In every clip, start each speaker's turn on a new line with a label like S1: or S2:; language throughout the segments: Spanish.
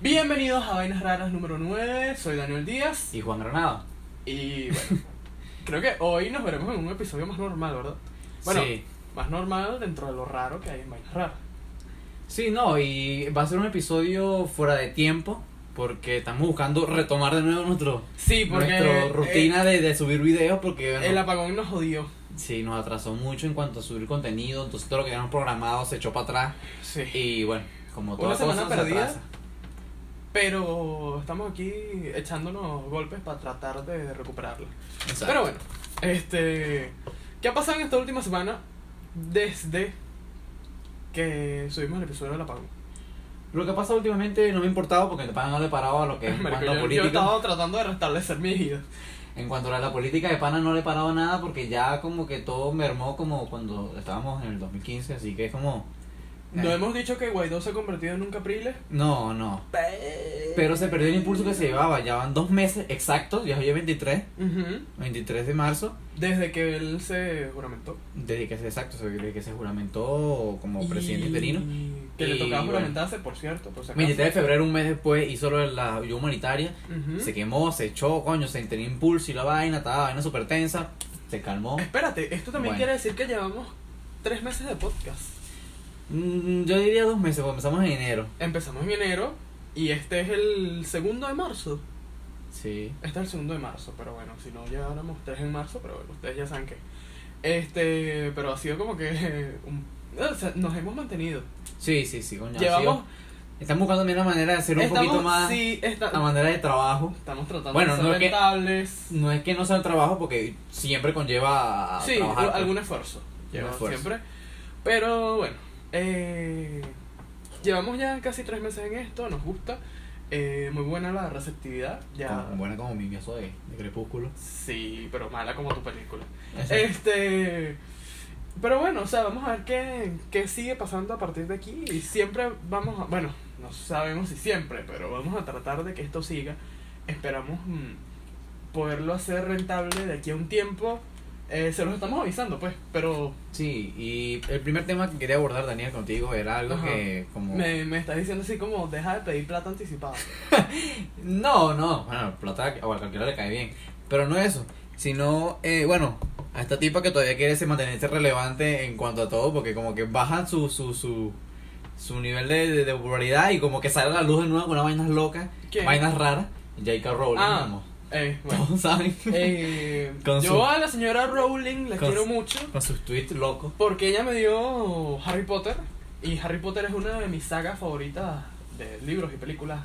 S1: Bienvenidos a Vainas Raras número 9, soy Daniel Díaz
S2: Y Juan Granado.
S1: y bueno, creo que hoy nos veremos en un episodio más normal, ¿verdad? Bueno,
S2: sí.
S1: más normal dentro de lo raro que hay en Vainas Raras.
S2: sí, no, y va a ser un episodio fuera de tiempo porque estamos buscando retomar de nuevo nuestro
S1: Sí, porque
S2: nuestra
S1: eh,
S2: rutina de, de subir videos porque bueno,
S1: el apagón nos jodió.
S2: sí, nos atrasó mucho en cuanto a subir contenido, entonces todo lo que habíamos programado se echó para atrás
S1: Sí.
S2: y bueno, como
S1: Una
S2: toda
S1: semana
S2: cosa se
S1: perdida.
S2: atrasa.
S1: Pero estamos aquí echándonos golpes para tratar de recuperarlo.
S2: Exacto.
S1: Pero bueno, este. ¿Qué ha pasado en esta última semana desde que subimos el episodio del apagón?
S2: Lo que ha pasado últimamente no me ha importado porque de pana no le he parado a lo que es en
S1: Marico,
S2: cuanto a
S1: yo, yo
S2: política.
S1: estaba tratando de restablecer mi vida.
S2: En cuanto a la política de pana no le he parado a nada porque ya como que todo mermó como cuando estábamos en el 2015, así que es como...
S1: No
S2: eh,
S1: hemos dicho que Guaidó se ha convertido en un capriles.
S2: No, no. Pero se perdió el impulso que se llevaba. Ya van dos meses exactos, ya hoy es 23,
S1: Ujú.
S2: 23 de marzo,
S1: Desde que él se juramentó.
S2: desde que se, exacto, se- desde que se juramentó como
S1: Y-
S2: presidente interino.
S1: Que le
S2: Y
S1: tocaba
S2: bueno.
S1: juramentarse, por cierto. Por si acaso.
S2: 23 de febrero, un mes después, hizo lo de la ayuda humanitaria.
S1: Ujú.
S2: Se quemó, se echó, coño, se tenía impulso y la vaina, estaba la vaina súper tensa. Se calmó.
S1: Espérate, esto también
S2: Bueno.
S1: quiere decir que llevamos tres meses de podcast.
S2: Mm, yo diría dos meses, porque empezamos en enero.
S1: Empezamos en enero y este es el segundo de marzo.
S2: Sí.
S1: Este es el segundo de marzo, pero bueno, si no lleváramos tres en marzo, pero bueno, ustedes ya saben que. Este, pero ha sido como que eh, un- o sea, nos hemos mantenido.
S2: Sí, sí, sí, coño. ha
S1: Llevamos,
S2: sido- Estamos buscando también la manera de hacer un
S1: estamos,
S2: poquito más
S1: sí, esta-
S2: la manera de trabajo.
S1: estamos tratando
S2: Bueno,
S1: de ser
S2: no es que-
S1: rentables.
S2: No es que no sea el trabajo porque siempre conlleva a
S1: sí,
S2: trabajar. pues.
S1: algún esfuerzo.
S2: Lleva
S1: ¿no?
S2: esfuerzo.
S1: Siempre. Pero bueno, eh, llevamos ya casi tres meses en esto, nos gusta. Eh, muy buena la receptividad. Ya.
S2: Como- buena como mi mieso de, de crepúsculo.
S1: Sí, pero mala como tu película.
S2: Exacto.
S1: Este. Pero bueno, o sea, vamos a ver qué, qué sigue pasando a partir de aquí. Y siempre vamos a. Bueno, no sabemos si siempre, pero vamos a tratar de que esto siga. Esperamos mm, poderlo hacer rentable de aquí a un tiempo. Eh, se los estamos avisando, pues, pero
S2: Sí, y el primer tema que quería abordar, Daniel, contigo era algo
S1: Ajá.
S2: que como...
S1: me, me estás diciendo así como: deja de pedir plata anticipada.
S2: No, no, bueno, plata o a cualquiera le cae bien. Pero no eso, sino, eh, bueno, a esta tipa que todavía quiere se- mantenerse relevante en cuanto a todo, porque como que baja su, su, su, su nivel de, de, de popularidad y como que sale a la luz de nuevo con unas vainas locas,
S1: ¿Quién?
S2: vainas raras. J.K. Rowling,
S1: Ah,
S2: vamos.
S1: Eh, bueno.
S2: Todos saben.
S1: Eh,
S2: Con
S1: yo
S2: su-
S1: a la señora Rowling la
S2: con
S1: quiero
S2: su-
S1: mucho.
S2: Con sus tweets locos.
S1: Porque ella me dio Harry Potter y Harry Potter es una de mis sagas favoritas de libros y películas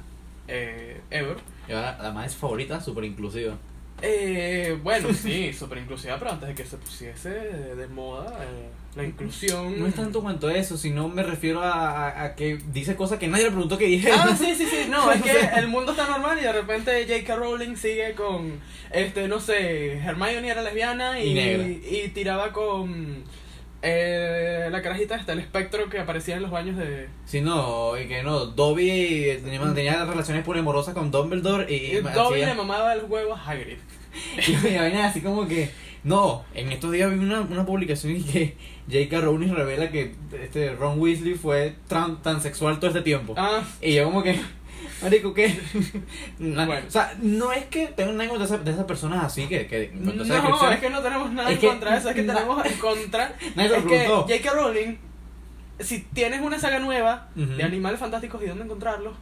S1: eh, ever.
S2: Y ahora, la más favorita, súper inclusiva.
S1: Eh, bueno, sí, súper inclusiva, pero antes de que se pusiese de, de moda eh, la inclusión...
S2: Mm. No es tanto cuanto eso, sino me refiero a, a- a que dice cosas que nadie le preguntó que dije.
S1: Ah, sí, sí, sí, no, es que el mundo está normal y de repente J.K. Rowling sigue con, este, no sé, Hermione era lesbiana y,
S2: Y negra.
S1: y tiraba con eh, la carajita hasta el espectro que aparecía en los baños de,
S2: Sí, no, y que no, Dobby eh, tenía, tenía relaciones poliamorosas con Dumbledore y...
S1: Y Dobby le
S2: hacía-
S1: mamaba el huevo a Hagrid.
S2: y vaina así como que... No, en estos días vi una, una publicación y que J.K. Rowling revela que este Ron Weasley fue tran- transexual todo este tiempo.
S1: Ah,
S2: Y yo como que... Marico, ¿qué? Na-
S1: Bueno.
S2: O sea, no es que tenga nada en contra de esas- de esas personas así que... que
S1: no,
S2: con todas esas descripciones.
S1: es que no tenemos nada
S2: Es
S1: en
S2: que-
S1: contra de eso, es que
S2: na-
S1: tenemos en contra.
S2: Nadie te
S1: es
S2: lo
S1: que
S2: preguntó.
S1: J.K. Rowling, si tienes una saga nueva
S2: Ujú.
S1: de animales fantásticos y dónde encontrarlos,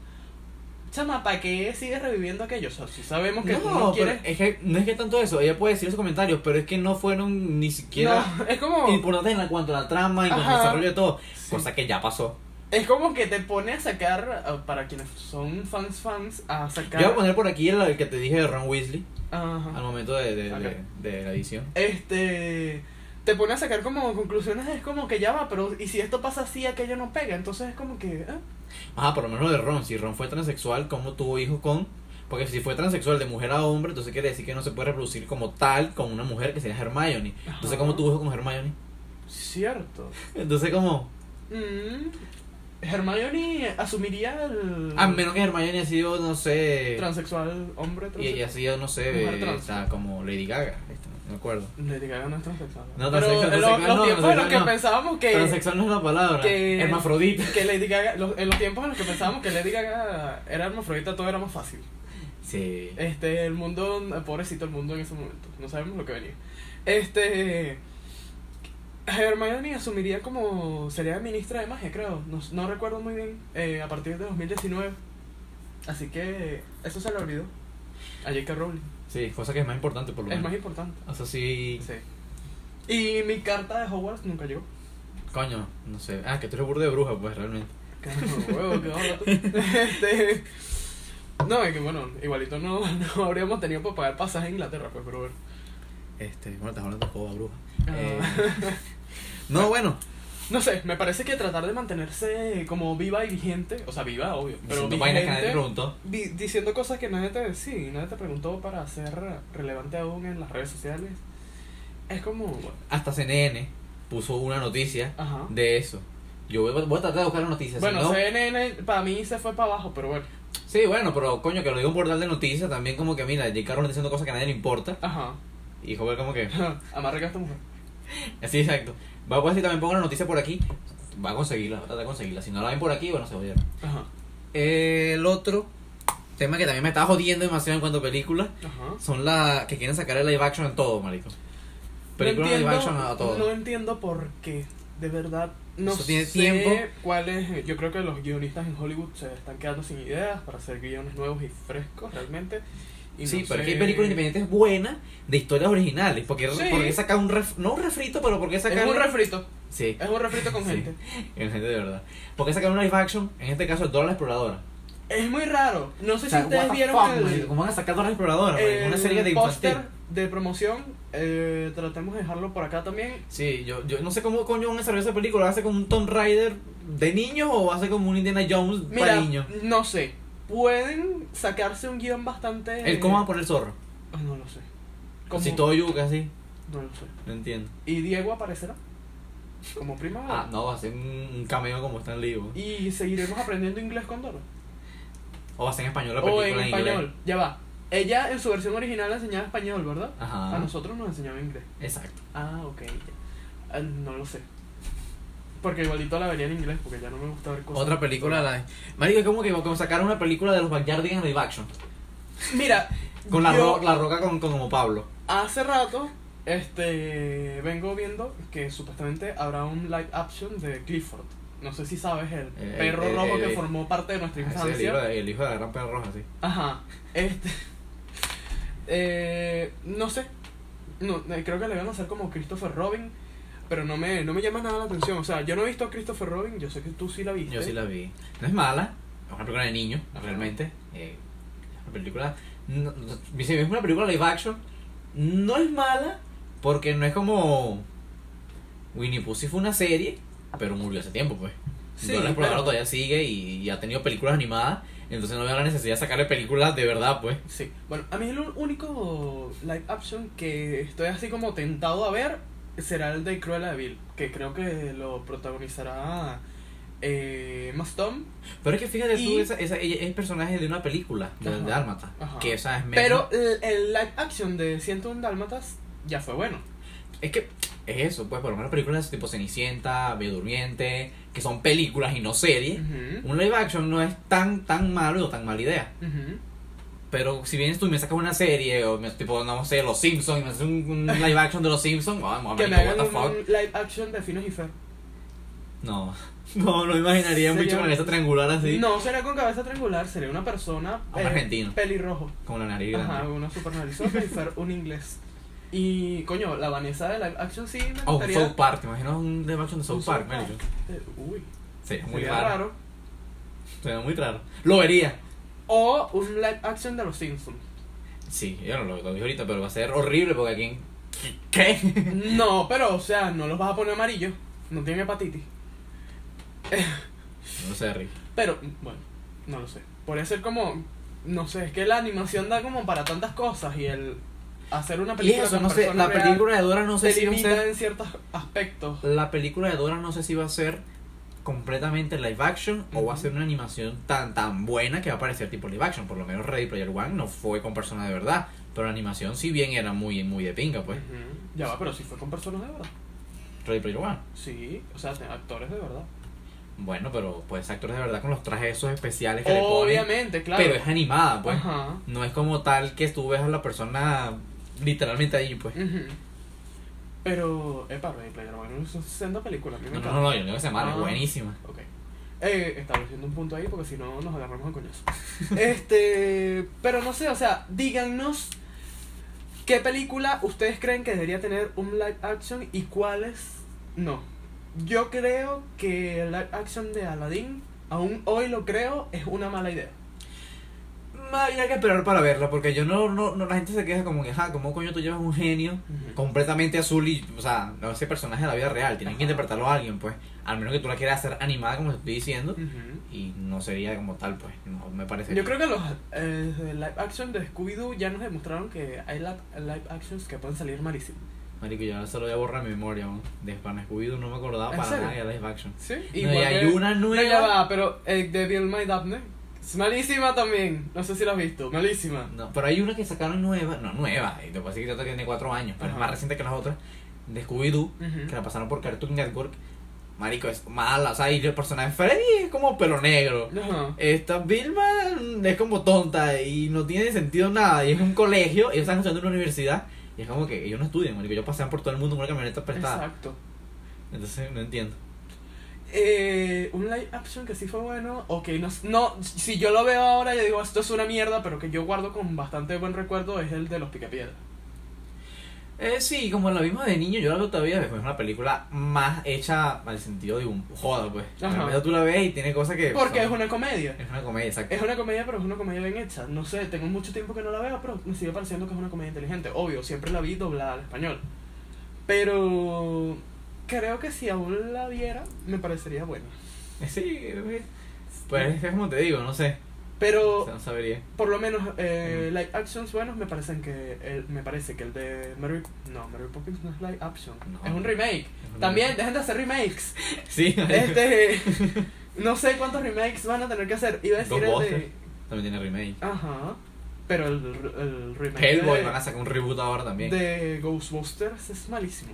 S1: chama, ¿para qué sigues reviviendo aquello? O sea, si sabemos que tú no
S2: No, pero eh,
S1: quieres.
S2: es que no es que tanto eso, ella puede decir sus comentarios, pero es que no fueron ni siquiera
S1: No, es como.
S2: importantes en cuanto a la trama, en cuanto
S1: Ajá.
S2: al desarrollo de todo,
S1: Sí.
S2: cosa que ya pasó.
S1: Es como que te pone a sacar, ah, para quienes son fans, fans, a sacar.
S2: Yo voy a poner por aquí el, el que te dije de Ron Weasley
S1: Ajá.
S2: al momento de, de,
S1: Ok.
S2: de- de la edición.
S1: este te pone a sacar como conclusiones es como que ya va pero y si esto pasa así aquello no pega entonces es como que ¿eh?
S2: Ajá, por lo menos de Ron, si Ron fue transexual, ¿cómo tuvo hijos con? Porque si fue transexual de mujer a hombre, entonces quiere decir que no se puede reproducir como tal con una mujer que sería Hermione. Entonces,
S1: Ajá.
S2: ¿cómo tuvo hijos con Hermione?
S1: cierto
S2: Entonces, como...
S1: Mm, Hermione asumiría el.
S2: A Ah, menos que Hermione ha sido, no sé.
S1: Transexual, hombre
S2: Y ella ha
S1: transexual.
S2: sido, no sé,
S1: Mujer
S2: eh,
S1: trans.
S2: está como Lady Gaga. Esta, no me acuerdo.
S1: Lady Gaga no es transexual.
S2: No,
S1: Pero
S2: transexual,
S1: en los,
S2: transexual
S1: los tiempos
S2: no,
S1: en los
S2: transexual
S1: que
S2: no.
S1: pensábamos que.
S2: Transexual no es la palabra.
S1: que-
S2: Hermafrodita.
S1: Que Lady Gaga, los- en los tiempos en los que pensábamos que Lady Gaga era hermafrodita, todo era más fácil.
S2: Sí.
S1: Este, el mundo, pobrecito el mundo en ese momento, no sabemos lo que venía. Este, Hermione asumiría como, sería ministra de magia, creo, no, no recuerdo muy bien, eh, a partir de 2019. Así que eso se le olvidó a J.K. Rowling,
S2: Sí, cosa que es más importante por lo
S1: es
S2: menos.
S1: más importante.
S2: O sea, sí.
S1: Sí. Y mi carta de Hogwarts nunca llegó.
S2: Coño, no sé. Ah, que tú eres burda de bruja, pues realmente.
S1: Carajo, huevo, qué barato. Este, no, es que bueno, igualito no, no habríamos tenido para pagar pasaje a Inglaterra, pues, pero bueno.
S2: Este, bueno, estás hablando de coba bruja.
S1: Ah.
S2: Eh, no, bueno.
S1: No sé, me parece que tratar de mantenerse como viva y vigente, o sea, viva, obvio, pero
S2: Diciendo vainas que nadie te
S1: vigente,
S2: preguntó.
S1: di- diciendo cosas que nadie te sí, nadie te preguntó para ser relevante aún en las redes sociales. Es como, bueno,
S2: Hasta CNN puso una noticia
S1: ajá.
S2: de eso. Yo voy, voy a tratar de buscar la noticia. si
S1: Bueno,
S2: no-
S1: CNN para mí se fue para abajo, pero bueno.
S2: Sí, bueno, pero coño, que lo diga un portal de noticias también como que, mira, J.K. Rowling diciendo cosas que a nadie le importa.
S1: Ajá.
S2: Y joder, como que...
S1: Amarga a esta mujer.
S2: Así, exacto. Va a ver si también pongo la noticia por aquí. Va a conseguirla, va a tratar de conseguirla. Si no la ven por aquí, bueno, se jodieron.
S1: Ajá.
S2: El otro tema que también me está jodiendo demasiado en cuanto a películas
S1: Ajá.
S2: son las que quieren sacar el live action en todo, marico.
S1: No
S2: Películas
S1: entiendo,
S2: live action a todo.
S1: no entiendo por qué, de verdad. No
S2: Eso tiene
S1: sé
S2: tiempo.
S1: cuál es. Yo creo que los guionistas en Hollywood se están quedando sin ideas para hacer guiones nuevos y frescos realmente. Y
S2: sí,
S1: no
S2: pero
S1: sé-
S2: aquí hay películas independientes buenas de historias originales. Porque,
S1: Sí.
S2: porque sacar un ref, no un refrito, pero porque sacar
S1: Es un refrito,
S2: Sí,
S1: es un refrito con
S2: Sí.
S1: gente.
S2: en gente de verdad. Porque sacar un live action, en este caso, Dora la Exploradora.
S1: Es muy raro. No sé
S2: O sea,
S1: si Pues ustedes
S2: what the
S1: vieron
S2: fuck,
S1: el,
S2: marico, ¿Cómo van a sacar Dora la Exploradora?
S1: el
S2: marico? Una serie de
S1: póster
S2: infantil.
S1: de promoción. eh, tratemos de dejarlo por acá también.
S2: Sí, yo, yo no sé cómo coño van a desarrollar esa película. ¿Hace como un Tomb Raider de niños o hace como un Indiana Jones
S1: Mira,
S2: para niños?
S1: no sé. Pueden sacarse un guión bastante.
S2: ¿El cómo va a poner zorro?
S1: Ah, No lo sé.
S2: Como...
S1: Como-
S2: Si todo yuca así.
S1: No lo sé.
S2: No entiendo.
S1: ¿Y Diego aparecerá? Como prima.
S2: Ah, no, va a ser un un cameo como está en vivo.
S1: Y seguiremos aprendiendo inglés con Dora.
S2: O va a ser en español la
S1: O
S2: película
S1: en
S2: en, inglés.
S1: español. Ya va. Ella en su versión original enseñaba español, ¿verdad?
S2: Ajá.
S1: A nosotros nos enseñaba inglés.
S2: Exacto.
S1: Ah, ok. Ah, no lo sé. Porque igualito la vería en inglés, porque ya no me gusta ver cosas.
S2: Otra película, la de... Marico, es como que como sacar una película de los Backyardigans live action.
S1: Mira,
S2: Con la,
S1: yo
S2: ro- la roca con, con como Pablo.
S1: hace rato este vengo viendo que supuestamente habrá un live action de Clifford. No sé si sabes, el
S2: Eh,
S1: perro
S2: eh,
S1: rojo
S2: eh,
S1: que
S2: eh.
S1: formó parte de nuestra
S2: Ese es
S1: infancia.
S2: el, libro de- el hijo de la gran perra roja, sí.
S1: Ajá, este. eh, no sé. No, eh, creo que le van a hacer como Christopher Robin. Pero no me, no me llama nada la atención. O sea, yo no he visto a Christopher Robin. Yo sé que tú sí la viste.
S2: Yo sí la vi. No es mala, es una película de niños, realmente. Eh, la película. no- no- si es una película live action, no es mala porque no es como. Winnie Pooh sí fue una serie, pero murió hace tiempo, pues.
S1: Sí,
S2: Sí, Dora la Exploradora
S1: pero-
S2: todavía sigue y, y ha tenido películas animadas, entonces no veo la necesidad de sacarle películas de verdad, pues.
S1: Sí. Bueno, a mí el único live action que estoy así como tentado a ver será el de Cruella de Vil. Que creo que lo protagonizará eh, Emma Stone.
S2: Pero es que fíjate
S1: Y-
S2: tú, esa, esa- ella es personaje de una película, de,
S1: Ajá.
S2: de Dálmata,
S1: Ajá.
S2: que esa es
S1: Pero el, el live action de 101 Dálmatas ya fue bueno.
S2: Es que es eso, pues por lo menos películas tipo Cenicienta, Bella Durmiente, que son películas y no series.
S1: Ujú,
S2: Un live action no es tan tan malo o tan mala idea.
S1: ujú.
S2: Pero si vienes tú y me sacas una serie, o me, tipo, no sé, Los Simpsons, y me haces un, un live action de Los Simpsons, vamos
S1: Que me
S2: a ver,
S1: hagan
S2: what the
S1: un
S2: fuck.
S1: live action de Finos y Fer.
S2: No, no, no imaginaría un
S1: Sería-
S2: bicho con esta triangular así,
S1: No sería con cabeza triangular, sería una persona
S2: ¿Ah,
S1: eh,
S2: Un argentino.
S1: pelirrojo.
S2: con la nariz grande.
S1: Ajá, una super narizota y ser un inglés. Y coño, la Vanessa de live action sí me
S2: O Oh, un
S1: gustaría.
S2: South Park, ¿te imaginas un live action de South
S1: Un
S2: Park,
S1: South Park.
S2: marico?
S1: Eh, Uy,
S2: Sería muy
S1: sería
S2: raro.
S1: raro.
S2: Sería muy raro. Lo vería.
S1: O un live action de los Simpsons.
S2: Sí, yo no lo, lo dije ahorita, pero va a ser horrible porque aquí. en- ¿Qué?
S1: No, pero o sea, no los vas a poner amarillos. No tienen hepatitis.
S2: No sé, Rick.
S1: Pero, bueno, no lo sé. Podría ser como. No sé, es que la animación da como para tantas cosas y el hacer una
S2: Y
S1: película.
S2: eso,
S1: con
S2: no sé,
S1: persona
S2: la
S1: real
S2: película de Dora no sé
S1: te
S2: si va a
S1: limita
S2: ser.
S1: en ciertos aspectos.
S2: La película de Dora no sé si va a ser completamente live action o va a ser una animación tan tan buena que va a parecer tipo live action. Por lo menos Ready Player One no fue con personas de verdad, pero la animación si bien era muy muy de pinga, pues.
S1: Ujú. Ya va, pero si fue con personas de verdad.
S2: Ready Player One.
S1: Sí, o sea, te- actores de verdad.
S2: Bueno, pero pues actores de verdad con los trajes esos especiales que le ponen.
S1: Obviamente, claro.
S2: Pero es animada, pues.
S1: Ajá.
S2: No es como tal que tú ves a la persona literalmente ahí, pues.
S1: Ujú. Pero, epa, Ready Player One son 60 películas. A mí me
S2: No, no,
S1: encanta.
S2: no, yo no digo que sea mala,
S1: Ah.
S2: es buenísima.
S1: Ok. Eh, estableciendo un punto ahí porque si no nos agarramos a coñazo. este, pero no sé, o sea, díganos qué película ustedes creen que debería tener un live action y cuáles no. Yo creo que el live action de Aladdin, aún hoy lo creo, es una mala idea.
S2: Había que esperar para verla, porque yo no, no, no- la gente se queja como que, ja, ¿cómo coño tú llevas un genio completamente azul y, o sea, no ese personaje de la vida real, tienen que
S1: Ajá.
S2: interpretarlo a alguien, pues, al menos que tú la quieras hacer animada como te estoy diciendo,
S1: Ujú.
S2: y no sería como tal, pues, no me parece.
S1: Yo creo que los eh, de live action de Scooby-Doo ya nos demostraron que hay la- live actions que pueden salir malísimos.
S2: Marico, yo ahora se lo voy a borrar de mi memoria, man. de Pan Scooby-Doo no me acordaba
S1: ¿En
S2: para
S1: serio?
S2: nada de live action.
S1: ¿Sí?
S2: No, y hay
S1: que-
S2: una
S1: No, ya
S2: nueva...
S1: va, pero eh, de Bill My Daphne. Es malísima también. No sé si la has visto. Malísima.
S2: No, pero hay una que sacaron nueva, no, nueva, y te puedo decir que tiene cuatro años, pero es
S1: Ajá.
S2: más reciente que las otras, de Scooby-Doo,
S1: Ujú.
S2: que la pasaron por Cartoon Network. Marico, es mala. O sea, y el personaje de Freddy es como pelo negro.
S1: Ajá.
S2: Esta Vilma mm, es como tonta y no tiene sentido nada. Y es un colegio, ellos están estudiando en una universidad. Y es como que ellos no estudian, marico. Ellos pasean por todo el mundo con una camioneta prestada.
S1: Exacto.
S2: Entonces, no entiendo.
S1: Eh, un live action que sí fue bueno. Ok, no, s- no. Si yo lo veo ahora, yo digo esto es una mierda, pero que yo guardo con bastante buen recuerdo es el de los Picapiedra.
S2: Eh, sí, como la vimos de niño, yo la veo todavía. Es una película más hecha al sentido de un joda, pues.
S1: Ajá.
S2: Pero tú la ves y tiene cosas que.
S1: Porque es
S2: son-
S1: una comedia.
S2: Es una comedia, exacto.
S1: Es una comedia, pero es una comedia bien hecha. No sé, tengo mucho tiempo que no la veo, pero me sigue pareciendo que es una comedia inteligente. Obvio, siempre la vi doblada al español. Pero creo que si aún la viera, me parecería buena.
S2: Eh, Sí, eh, pues es como te digo, no sé. O
S1: Pero
S2: sea, no sabría.
S1: por lo menos eh,
S2: Ujú.
S1: live actions buenos me parecen que el, me parece que el de Mary no Mary Poppins no es live action
S2: No.
S1: es un remake también dejen de hacer remakes
S2: Sí, marico.
S1: este no sé cuántos remakes van a tener que hacer iba a decir el de
S2: Ghostbusters. También tiene remake.
S1: Ah, ajá pero el, el remake
S2: Hellboy
S1: de,
S2: van a sacar un reboot ahora también.
S1: de Ghostbusters es malísimo.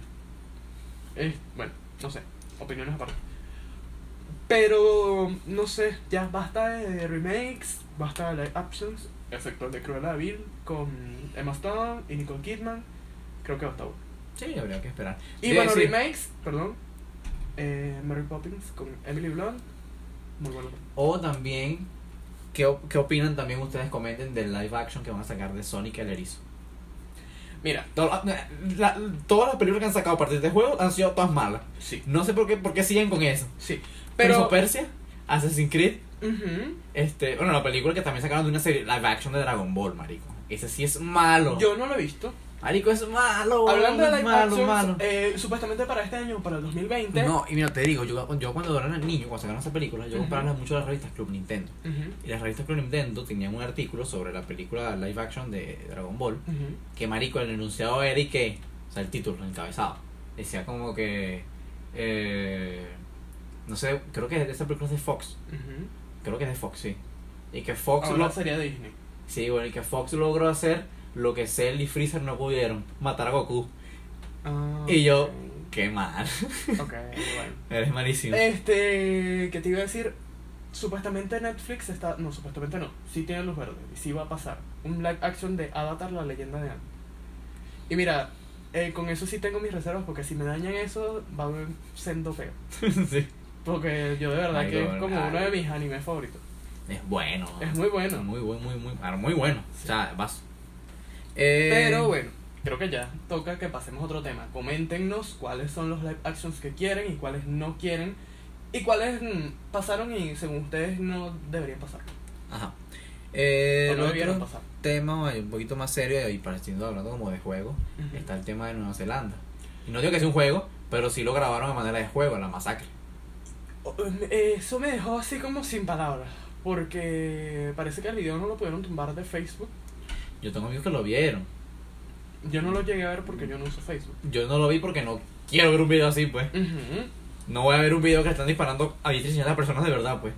S1: Eh, bueno, no sé, opiniones aparte. Pero, no sé, ya basta de remakes, basta de live actions, excepto el de Cruella de Vil con Emma Stone y Nicole Kidman. Creo que basta uno.
S2: Sí, habría que esperar.
S1: Y
S2: Sí,
S1: bueno,
S2: sí.
S1: remakes, perdón. eh, Mary Poppins con Emily Blunt. Muy bueno.
S2: O también, ¿qué, op- ¿qué opinan también ustedes comenten del live action que van a sacar de Sonic el Erizo?
S1: Mira,
S2: Todo- la- la- todas las películas que han sacado a partir de este juego han sido todas malas.
S1: sí,
S2: No sé por qué, por qué siguen con eso.
S1: sí.
S2: Pero
S1: Pero,
S2: Persia, Assassin's Creed,
S1: ujú,
S2: este, bueno, la película que también sacaron de una serie live action de Dragon Ball, marico. Ese sí es malo.
S1: yo no lo he visto.
S2: Marico, es malo.
S1: Hablando de
S2: es
S1: live
S2: malo,
S1: actions,
S2: malo.
S1: eh, supuestamente para este año, para el 2020.
S2: No, y mira, te digo, yo, yo cuando era niño, cuando sacaron esa película, yo compraba mucho las revistas Club Nintendo.
S1: Ujú,
S2: Y las revistas Club Nintendo tenían un artículo sobre la película live action de Dragon Ball.
S1: ujú.
S2: Que marico, el enunciado era y que. O sea, el título, el encabezado. Decía como que. eh, no sé, creo que esa película es de Fox.
S1: Ujú.
S2: Creo que es de Fox, sí. Y que Fox,
S1: Ahora
S2: lo-
S1: sería Disney.
S2: sí, bueno, y que Fox logró hacer lo que Cell y Freezer no pudieron: matar a Goku.
S1: Ah,
S2: Y yo-
S1: ok.
S2: Qué mal.
S1: Ok, bueno.
S2: Eres malísimo.
S1: Eh. Este, ¿qué te iba a decir? Supuestamente Netflix está. No, supuestamente no. Sí tiene luz verde. Y sí va a pasar. Un live action de Avatar, la leyenda de Aang. Y mira, eh, con eso sí tengo mis reservas. Porque si me dañan eso, va a haber sendo feo.
S2: sí.
S1: Porque yo de verdad
S2: Ay,
S1: que es
S2: no,
S1: como
S2: ay. Ah.
S1: uno de mis animes favoritos.
S2: Es bueno.
S1: Es muy bueno.
S2: Muy, muy, muy, muy, ah, muy bueno. O sea, vas. Eh,
S1: Pero bueno, Eh, creo que ya toca que pasemos a otro tema. Coméntenos cuáles son los live actions que quieren y cuáles no quieren. Y cuáles mm, pasaron y según ustedes no deberían pasar.
S2: Ajá.
S1: o
S2: Eh,
S1: no
S2: el
S1: debieron
S2: otro
S1: pasar.
S2: tema eh, un poquito más serio y pareciendo hablando como de juego, está el tema de Nueva Zelanda. Y no digo que sea un juego, pero sí lo grabaron de manera de juego, la masacre.
S1: Oh, eh, Eso me dejó así como sin palabras. Porque parece que el video no lo pudieron tumbar de Facebook.
S2: Yo tengo amigos que lo vieron.
S1: Yo no lo llegué a ver porque yo no uso Facebook.
S2: Yo no lo vi porque no quiero ver un video así, pues.
S1: Ujú.
S2: No voy a ver un video que le están disparando a diestra y siniestra a personas de verdad, pues.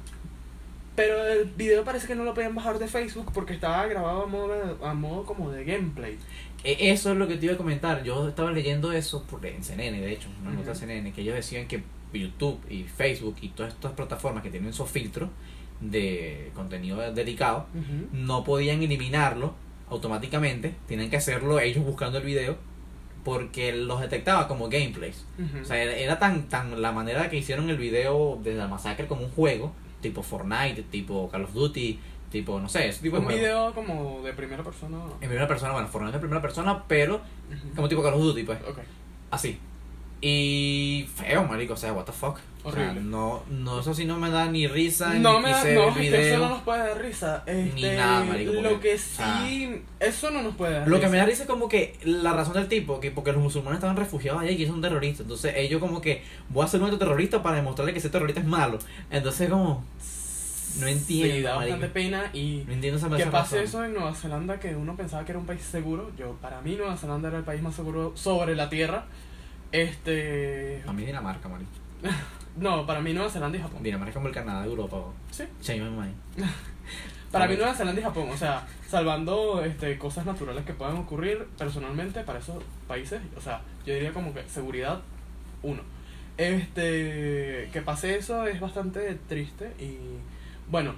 S1: Pero el video parece que no lo podían bajar de Facebook porque estaba grabado a modo, a modo como de gameplay.
S2: E- Eso es lo que te iba a comentar. Yo estaba leyendo eso por, en CNN, de hecho, una nota
S1: Ujú.
S2: CNN, que ellos decían que YouTube y Facebook y todas estas plataformas que tienen esos filtros de contenido dedicado
S1: Ujú.
S2: no podían eliminarlo automáticamente, tienen que hacerlo ellos buscando el video porque los detectaba como gameplays.
S1: Ujú.
S2: O sea, era, era tan, tan la manera que hicieron el video de la masacre como un juego, tipo Fortnite, tipo Call of Duty, tipo, no sé, ese tipo de
S1: un
S2: juegos.
S1: video como de primera persona.
S2: En primera persona, bueno, Fortnite en primera persona, pero
S1: Ujú.
S2: como tipo Call of Duty, pues.
S1: Ok.
S2: Así. Y feo, marico, o sea, what the fuck. O sea,
S1: Horrible.
S2: no, no, eso sí no me da ni risa,
S1: No
S2: ni
S1: me da,
S2: quise
S1: no,
S2: ver
S1: es
S2: el
S1: que eso
S2: video.
S1: no nos puede dar risa. Este,
S2: nada, marico,
S1: Lo
S2: porque-
S1: que
S2: ah.
S1: sí, eso no nos puede dar
S2: Lo que
S1: risa.
S2: me da risa es como que la razón del tipo, que porque los musulmanes estaban refugiados allá y que son terroristas. Entonces ellos como que voy a ser un acto terrorista para demostrarle que ser terrorista es malo. Entonces como no entiendo,
S1: Sí, da bastante
S2: marico.
S1: pena y
S2: no entiendo esa
S1: que
S2: esa
S1: pase
S2: razón.
S1: eso en Nueva Zelanda que uno pensaba que era un país seguro. Yo para mí Nueva Zelanda era el país más seguro sobre la tierra. Este,
S2: A mí Dinamarca, marico.
S1: no, para mí Nueva Zelanda y Japón.
S2: Dinamarca es como el Canadá de Europa. bo.
S1: Sí.
S2: Change my mind.
S1: Para
S2: A
S1: mí
S2: ver.
S1: Nueva Zelanda y Japón, o sea, salvando este, cosas naturales que puedan ocurrir, personalmente para esos países, o sea, yo diría como que seguridad uno. Este, que pase eso es bastante triste y bueno,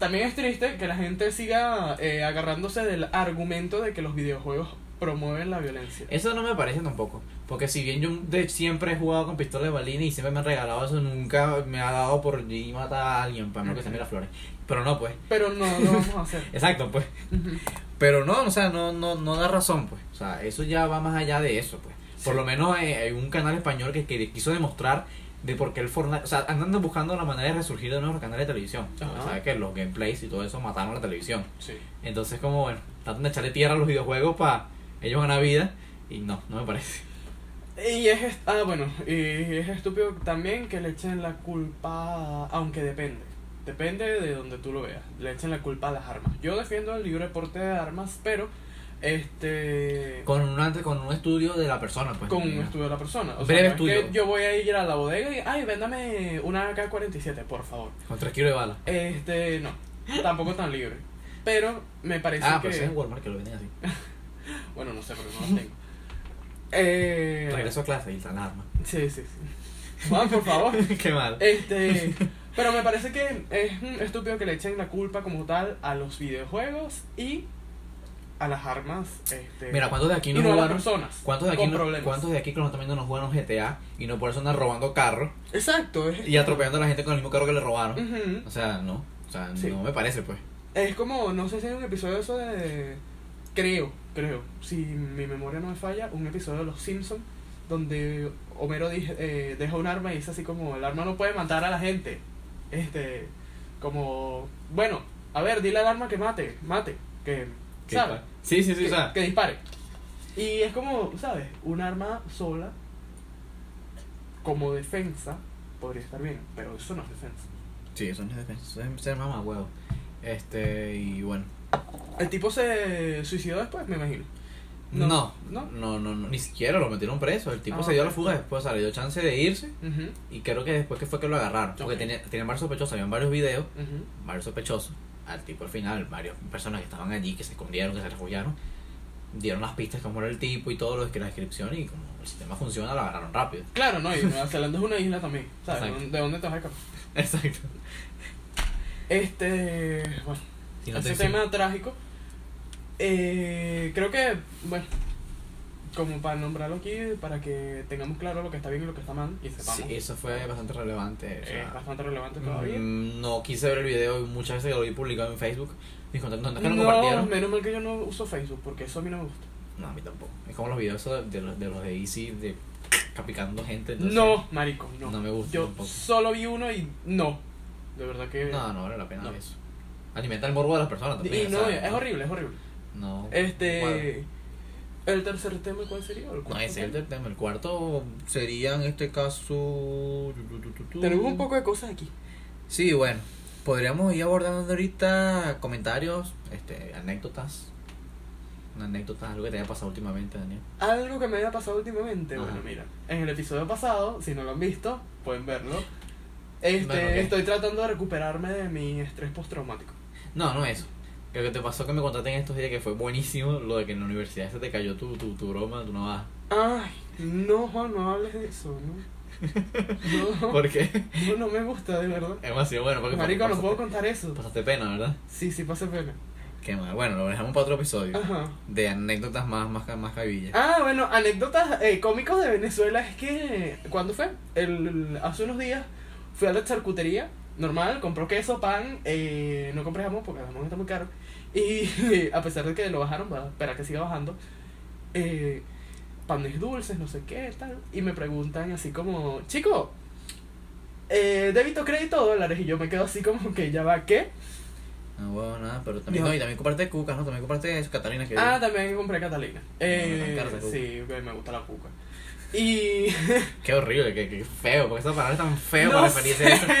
S1: también es triste que la gente siga eh, agarrándose del argumento de que los videojuegos promueven la violencia.
S2: Eso no me parece tampoco. Porque si bien yo de, siempre he jugado con pistola de balines y siempre me han regalado eso, nunca me ha dado por ir y matar a alguien, para menos que se me las flores. Pero no, pues.
S1: Pero no lo vamos a hacer.
S2: Exacto, pues.
S1: Ujú.
S2: Pero no, o sea, no, no, no da razón, pues. O sea, eso ya va más allá de eso, pues. Por
S1: Sí.
S2: lo menos eh, hay un canal español que, que quiso demostrar de por qué el Fortnite. O sea, andando buscando la manera de resurgir de nuevo los canales de televisión. Porque
S1: Ajá.
S2: sabes que los gameplays y todo eso mataron la televisión.
S1: Sí.
S2: Entonces, como bueno, tratan de echarle tierra a los videojuegos para ellos ganar vida. Y no, no me parece.
S1: Y es, est- ah, bueno, y es estúpido también que le echen la culpa, aunque depende, depende de donde tú lo veas, le echen la culpa a las armas. Yo defiendo el libre porte de armas, pero este con,
S2: Con un, ante- con un estudio de la persona, pues.
S1: un estudio de la persona. O sea,
S2: Breve
S1: no es que
S2: estudio.
S1: yo voy a ir a la bodega y, ay, véndame una AK-47, por favor.
S2: Con 3 kilos de bala.
S1: Este, no, tampoco tan libre. Pero me parece
S2: Ah,
S1: que...
S2: pero eso es en Walmart que lo venden así.
S1: Bueno, no sé, porque no las tengo. Eh,
S2: Regreso a clase y están las armas.
S1: Sí, sí, sí. Juan, por favor.
S2: Qué mal.
S1: Este, pero me parece que es mm, estúpido que le echen la culpa como tal a los videojuegos y a las armas. Este,
S2: Mira, ¿cuántos de
S1: y
S2: aquí no
S1: no a las
S2: jugaron?
S1: personas.
S2: ¿Cuántos de aquí,
S1: con
S2: no,
S1: problemas.
S2: ¿Cuántos de aquí que nos están viendo no jugaron GTA y no por eso andan robando carros
S1: Exacto. Es,
S2: y atropellando a la gente con el mismo carro que le robaron?
S1: Ujú.
S2: O sea, no. O sea,
S1: Sí.
S2: no me parece, pues.
S1: Es como, no sé si hay un episodio de eso de. Creo, creo. Si mi memoria no me falla, un episodio de Los Simpsons donde Homero dije- eh, deja un arma y dice así como: el arma no puede matar a la gente. Este, como, bueno, a ver, dile al arma que mate, mate, que.
S2: Que-
S1: ¿Sabes?
S2: Sí, sí, sí,
S1: que,
S2: o sea.
S1: que dispare. Y es como, ¿sabes? Un arma sola, como defensa, podría estar bien, pero eso no es defensa.
S2: Sí, eso no es defensa. Eso es ser mamá huevo. Este, y bueno.
S1: El tipo se suicidó después, me imagino.
S2: No.
S1: No.
S2: No, no,
S1: ¿No?
S2: no, ni siquiera lo metieron preso. El tipo
S1: Ah,
S2: se dio a la
S1: ok.
S2: fuga después, o sea, le dio chance de irse.
S1: Ujú,
S2: Y creo que después que fue que lo agarraron. Porque
S1: Ok.
S2: tenía, tenían varios sospechosos, habían varios videos,
S1: ujú.
S2: varios sospechosos. Al tipo al final, varias personas que estaban allí, que se escondieron, que se refugiaron, dieron las pistas como era el tipo y todo, lo que la descripción y como el sistema funciona, lo agarraron rápido.
S1: Claro, no, y Nueva Zelanda es una isla también, ¿sabes?
S2: Exacto.
S1: ¿De dónde te vas a escapar?
S2: Exacto.
S1: Este, bueno,
S2: Y no te
S1: ese
S2: dicen-
S1: tema trágico. Eh, creo que, bueno, como para nombrarlo aquí, para que tengamos claro lo que está bien y lo que está mal, y sepamos.
S2: Sí, eso fue bastante relevante. o sea,
S1: es bastante relevante todavía.
S2: mm, no quise ver el video y muchas veces lo vi publicado en Facebook. Mis contactos no, es que lo
S1: No,
S2: compartieron.
S1: menos mal que yo no uso Facebook porque eso a mí no me gusta.
S2: No, a mí tampoco. Es como los videos esos de, de los de los de Easy de capicando gente. entonces-
S1: no, marico, no.
S2: no me gusta
S1: Yo
S2: tampoco.
S1: solo vi uno y no. De verdad que.
S2: No, no vale la pena
S1: No.
S2: ver eso. Alimenta el morbo de las personas
S1: y
S2: también.
S1: no,
S2: o sea,
S1: es horrible, es horrible.
S2: No. cuadra.
S1: Este. ¿El tercer tema cuál sería? ¿O el
S2: No,
S1: cuarto
S2: ese es el
S1: tema?
S2: del tema. El cuarto sería en este caso.
S1: Tenemos un poco de cosas aquí.
S2: Sí, bueno. Podríamos ir abordando ahorita comentarios, este, anécdotas. una anécdota, algo que te haya pasado últimamente, Daniel.
S1: Algo que me había pasado últimamente,
S2: Ajá.
S1: bueno, mira, en el episodio pasado, si no lo han visto, pueden verlo. Este,
S2: Bueno, ok.
S1: Estoy tratando de recuperarme de mi estrés postraumático.
S2: No, no eso. Lo que te pasó que me contaste en estos días que fue buenísimo lo de que en la universidad se te cayó tu, tu, tu broma, tu navaja.
S1: Ay, no, Juan, no hables de eso, ¿no? No,
S2: Porque
S1: no, no me gusta, de verdad.
S2: es demasiado bueno. Porque
S1: Marico, no
S2: pasaste,
S1: puedo contar eso.
S2: pasaste pena, ¿verdad?
S1: Sí, sí, pasa pena.
S2: Qué mal. Bueno, lo dejamos para otro episodio.
S1: Ajá.
S2: De anécdotas más, más, ca- más cabillas.
S1: Ah, bueno, anécdotas eh, cómicos de Venezuela es que. ¿Cuándo fue? El, hace unos días fui a la charcutería, normal, compró queso, pan, eh, no compré jamón porque el jamón está muy caro. Y a pesar de que lo bajaron, va a esperar que siga bajando. Eh, panes dulces, no sé qué, tal. Y me preguntan así como, chico, eh, débito, crédito, dólares. Y yo me quedo así como que ya va, ¿qué?
S2: No huevo, Ah, nada, pero también,
S1: No.
S2: no, y también comparte cucas, ¿no? También comparte eso, Catalina. Que
S1: Ah, también compré Catalina. Eh,
S2: me encanta la cuca.
S1: sí, me me gusta la cuca. Y.
S2: Qué horrible, qué, qué feo. Porque esa palabra es tan feo
S1: no
S2: para referirse a eso.
S1: sé,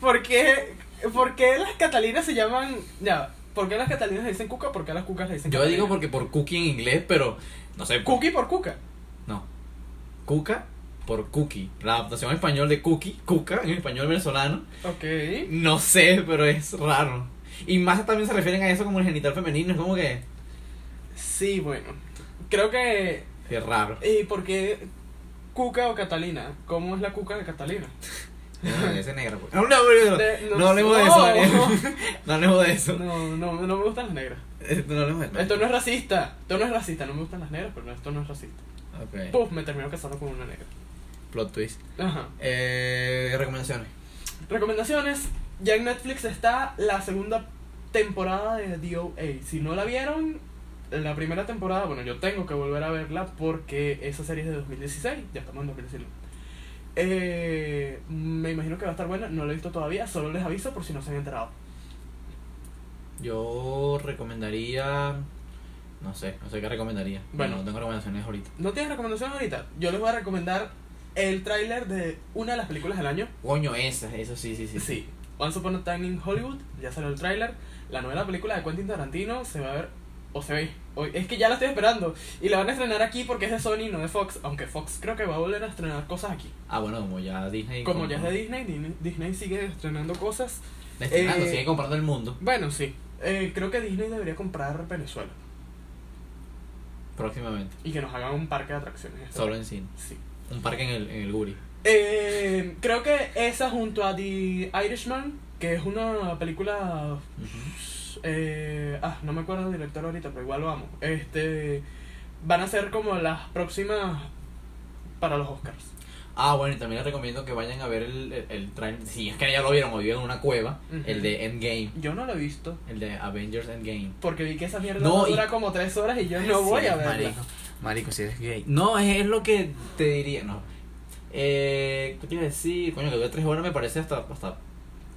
S1: ¿por qué, por qué las catalinas se llaman... Ya, ¿por qué las catalinas le dicen cuca? ¿Por qué a las cucas le dicen
S2: Yo
S1: Catalina?
S2: digo porque por cookie en inglés, pero no sé. cu-
S1: Cookie por cuca.
S2: No. Cuca por cookie. La adaptación al español de cookie, cuca en español venezolano.
S1: Ok.
S2: No sé, pero es raro. Y más también se refieren a eso como el genital femenino. Es como que.
S1: Sí, bueno. Creo que...
S2: Qué raro.
S1: ¿Y por qué cuca o catalina? ¿Cómo es la cuca de catalina?
S2: Ese negro. pues. No, no, no, no.
S1: De-
S2: No hablemos de eso, Daniel. No hablemos de eso.
S1: No, no, no me gustan las negras.
S2: Esto Eh, no hablemos de
S1: Esto no es racista. Esto no es racista. No me gustan las negras, pero no, esto no es racista.
S2: Ok.
S1: Puf, me termino casando con una negra.
S2: Plot twist.
S1: Ajá.
S2: Eh, recomendaciones.
S1: Recomendaciones. Ya en Netflix está la segunda temporada de DOA. Si no la vieron, la primera temporada, bueno, yo tengo que volver a verla porque esa serie es de 2016, ya estamos en 2019. Eh, me imagino que va a estar buena, no la he visto todavía, solo les aviso por si no se han enterado.
S2: Yo recomendaría. No sé, no sé qué recomendaría.
S1: Bueno.
S2: no tengo recomendaciones ahorita.
S1: ¿No tienes recomendaciones ahorita? Yo les voy a recomendar el tráiler de una de las películas del año.
S2: Coño, esa, eso sí, sí, sí.
S1: Sí, Once Upon a Time in Hollywood, ya salió el tráiler, la nueva película de Quentin Tarantino se va a ver, o se ve, hoy, es que ya la estoy esperando, y la van a estrenar aquí porque es de Sony, no de Fox, aunque Fox creo que va a volver a estrenar cosas aquí.
S2: Ah, bueno, como ya Disney.
S1: Como ya es de Disney, Disney- Disney sigue estrenando cosas.
S2: Destinando,
S1: Eh,
S2: sigue comprando el mundo.
S1: Bueno, sí, eh, creo que Disney debería comprar Venezuela
S2: Próximamente.
S1: y que nos hagan un parque de atracciones.
S2: Solo en cine.
S1: Sí.
S2: Un parque en el, en el Guri.
S1: Eh, creo que esa junto a The Irishman, que es una película
S2: Ujú.
S1: Eh, ah, no me acuerdo del director ahorita, pero igual lo amo. Este, van a ser como las próximas para los Oscars.
S2: Ah, bueno, y también les recomiendo que vayan a ver el, el, el tráiler. Si es que ya lo vieron o viven en una cueva,
S1: Ujú.
S2: el de Endgame.
S1: Yo no lo he visto
S2: El de Avengers Endgame.
S1: porque vi que esa mierda
S2: No, y-
S1: dura como tres horas y yo no
S2: Si
S1: voy a
S2: eres
S1: verla.
S2: Marico, marico, si eres gay. No, es, es lo que te diría. No. Eh, ¿Qué te iba a decir? Coño, que dure tres horas me parece hasta, hasta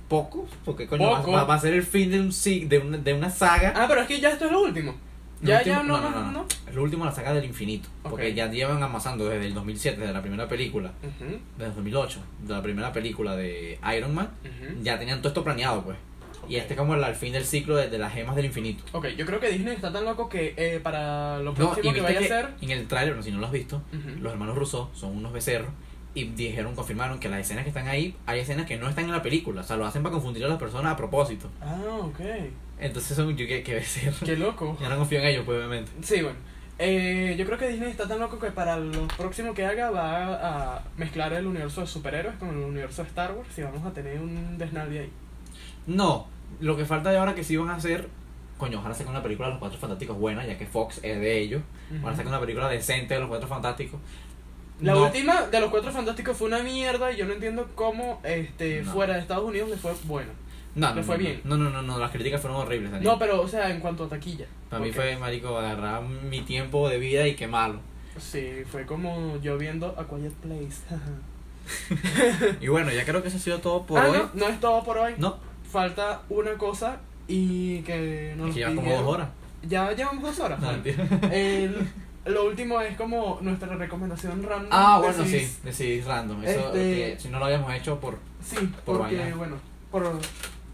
S2: poco. Porque, coño, va-
S1: Poco.
S2: Va, va a ser el fin de, un, si- de, una, de una saga.
S1: Ah, pero es que ya esto es lo último. Ya,
S2: Lo último-
S1: ya, no, no, no. no.
S2: Es lo último la saga del infinito. Porque
S1: Ok.
S2: ya llevan amasando desde el 2007, desde la primera película.
S1: Ujú,
S2: Desde el 2008, de la primera película de Iron Man.
S1: ujú.
S2: Ya tenían todo esto planeado, pues. Y
S1: Ok.
S2: este es como el, al fin del ciclo de, de las gemas del infinito.
S1: Ok, yo creo que Disney está tan loco que eh, para lo
S2: No,
S1: próximo
S2: y
S1: que
S2: viste
S1: vaya
S2: que
S1: a ser.
S2: en el tráiler, no, si no lo has visto,
S1: Ujú.
S2: los hermanos Rousseau son unos becerros y dijeron, confirmaron que las escenas que están ahí, hay escenas que no están en la película, o sea, lo hacen para confundir a las personas a propósito.
S1: Ah, ok.
S2: Entonces son yo que, que becerros.
S1: Qué loco.
S2: Ya no confío en ellos, pues, obviamente.
S1: Sí, bueno. Eh, yo creo que Disney está tan loco que para lo próximo que haga va a mezclar el universo de superhéroes con el universo de Star Wars y vamos a tener un desnalde ahí.
S2: No, lo que falta de ahora que sí van a hacer, coño, ojalá saquen una película de los Cuatro Fantásticos buena, ya que Fox es de ellos. Van a sacar una película decente de los Cuatro Fantásticos.
S1: La
S2: No,
S1: última de los Cuatro Fantásticos fue una mierda y yo no entiendo cómo este
S2: No.
S1: fuera de Estados Unidos le fue bueno.
S2: no,
S1: le
S2: no,
S1: fue
S2: no,
S1: bien.
S2: No, no, no, no, las críticas fueron horribles. Daniel.
S1: No, pero o sea, en cuanto a taquilla.
S2: Para mí
S1: Ok.
S2: fue, marico, agarrar mi tiempo de vida y quemarlo.
S1: Sí, fue como yo viendo A Quiet Place.
S2: Y bueno, ya creo que eso ha sido todo por
S1: ah,
S2: hoy.
S1: no, no es todo por hoy.
S2: No,
S1: Falta una cosa y que nos
S2: es que llevas como
S1: pidieron-
S2: dos horas.
S1: Ya llevamos dos horas.
S2: No,
S1: Bueno.
S2: mentira.
S1: El- lo último es como nuestra recomendación random.
S2: Ah, bueno,
S1: Decidís-
S2: sí, decidís random. Eso
S1: Este-
S2: que si no lo habíamos hecho por.
S1: Sí,
S2: Por
S1: porque,
S2: vaina.
S1: bueno, por,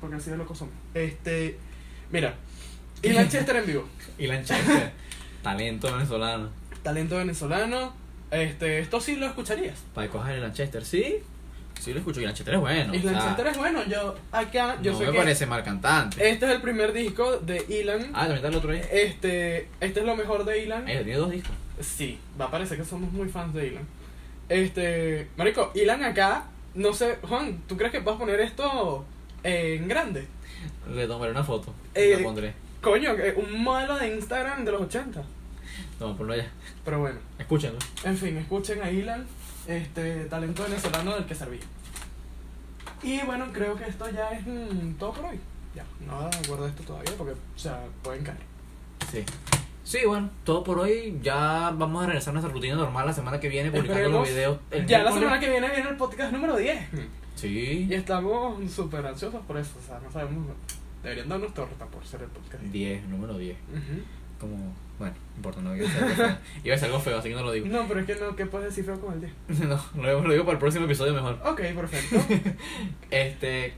S1: porque así de locos somos. Este, mira, y Manchester en vivo.
S2: Y la enchaste. Talento venezolano.
S1: Talento venezolano. Este, esto sí lo escucharías.
S2: Para coger el Lanchester, sí. Sí lo escucho. Y Lanchester es bueno.
S1: Island
S2: o sea,
S1: Center es bueno. Yo acá, yo
S2: no
S1: sé
S2: me
S1: que
S2: parece mal cantante.
S1: este es el primer disco de Ilan.
S2: Ah, también está el otro ahí.
S1: Este, este es lo mejor de Ilan.
S2: Ella tiene dos discos.
S1: Sí, va a parecer que somos muy fans de Ilan. Este, marico, Ilan acá, no sé, Juan, ¿tú crees que puedas poner esto en grande?
S2: Le tomaré una foto.
S1: Eh,
S2: la pondré.
S1: Coño, eh, un modelo de Instagram de los 80.
S2: No, ponlo allá.
S1: Pero bueno,
S2: Escúchenlo.
S1: en fin, escuchen a Ilan, este talento venezolano del que serví. Y bueno, creo que esto ya es mm, todo por hoy. Ya, no guardo esto todavía porque, o sea, pueden caer.
S2: Sí. Sí, bueno, todo por hoy. Ya vamos a regresar a nuestra rutina normal la semana que viene publicando
S1: Esperemos.
S2: los videos. Hmm.
S1: Ya la semana que viene viene el podcast número 10.
S2: Sí.
S1: Y estamos súper ansiosos por eso, o sea, no sabemos. Deberían darnos torta por ser el podcast.
S2: 10, número 10.
S1: Ujú.
S2: Como. Bueno, no importa, no quiero decir algo feo. Iba a decir algo feo, así que no lo digo.
S1: No, pero es que no, ¿qué puedes decir feo con el 10?
S2: No, lo, lo digo para el próximo episodio mejor.
S1: Ok, perfecto.
S2: Este.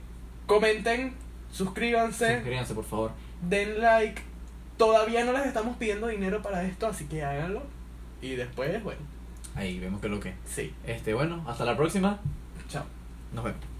S1: Comenten, suscríbanse,
S2: Suscríbanse, por favor.
S1: den like. Todavía no les estamos pidiendo dinero para esto, así que háganlo. Y después, bueno,
S2: Ahí vemos que es lo que.
S1: sí.
S2: Este, bueno, hasta la próxima.
S1: Chao.
S2: Nos vemos.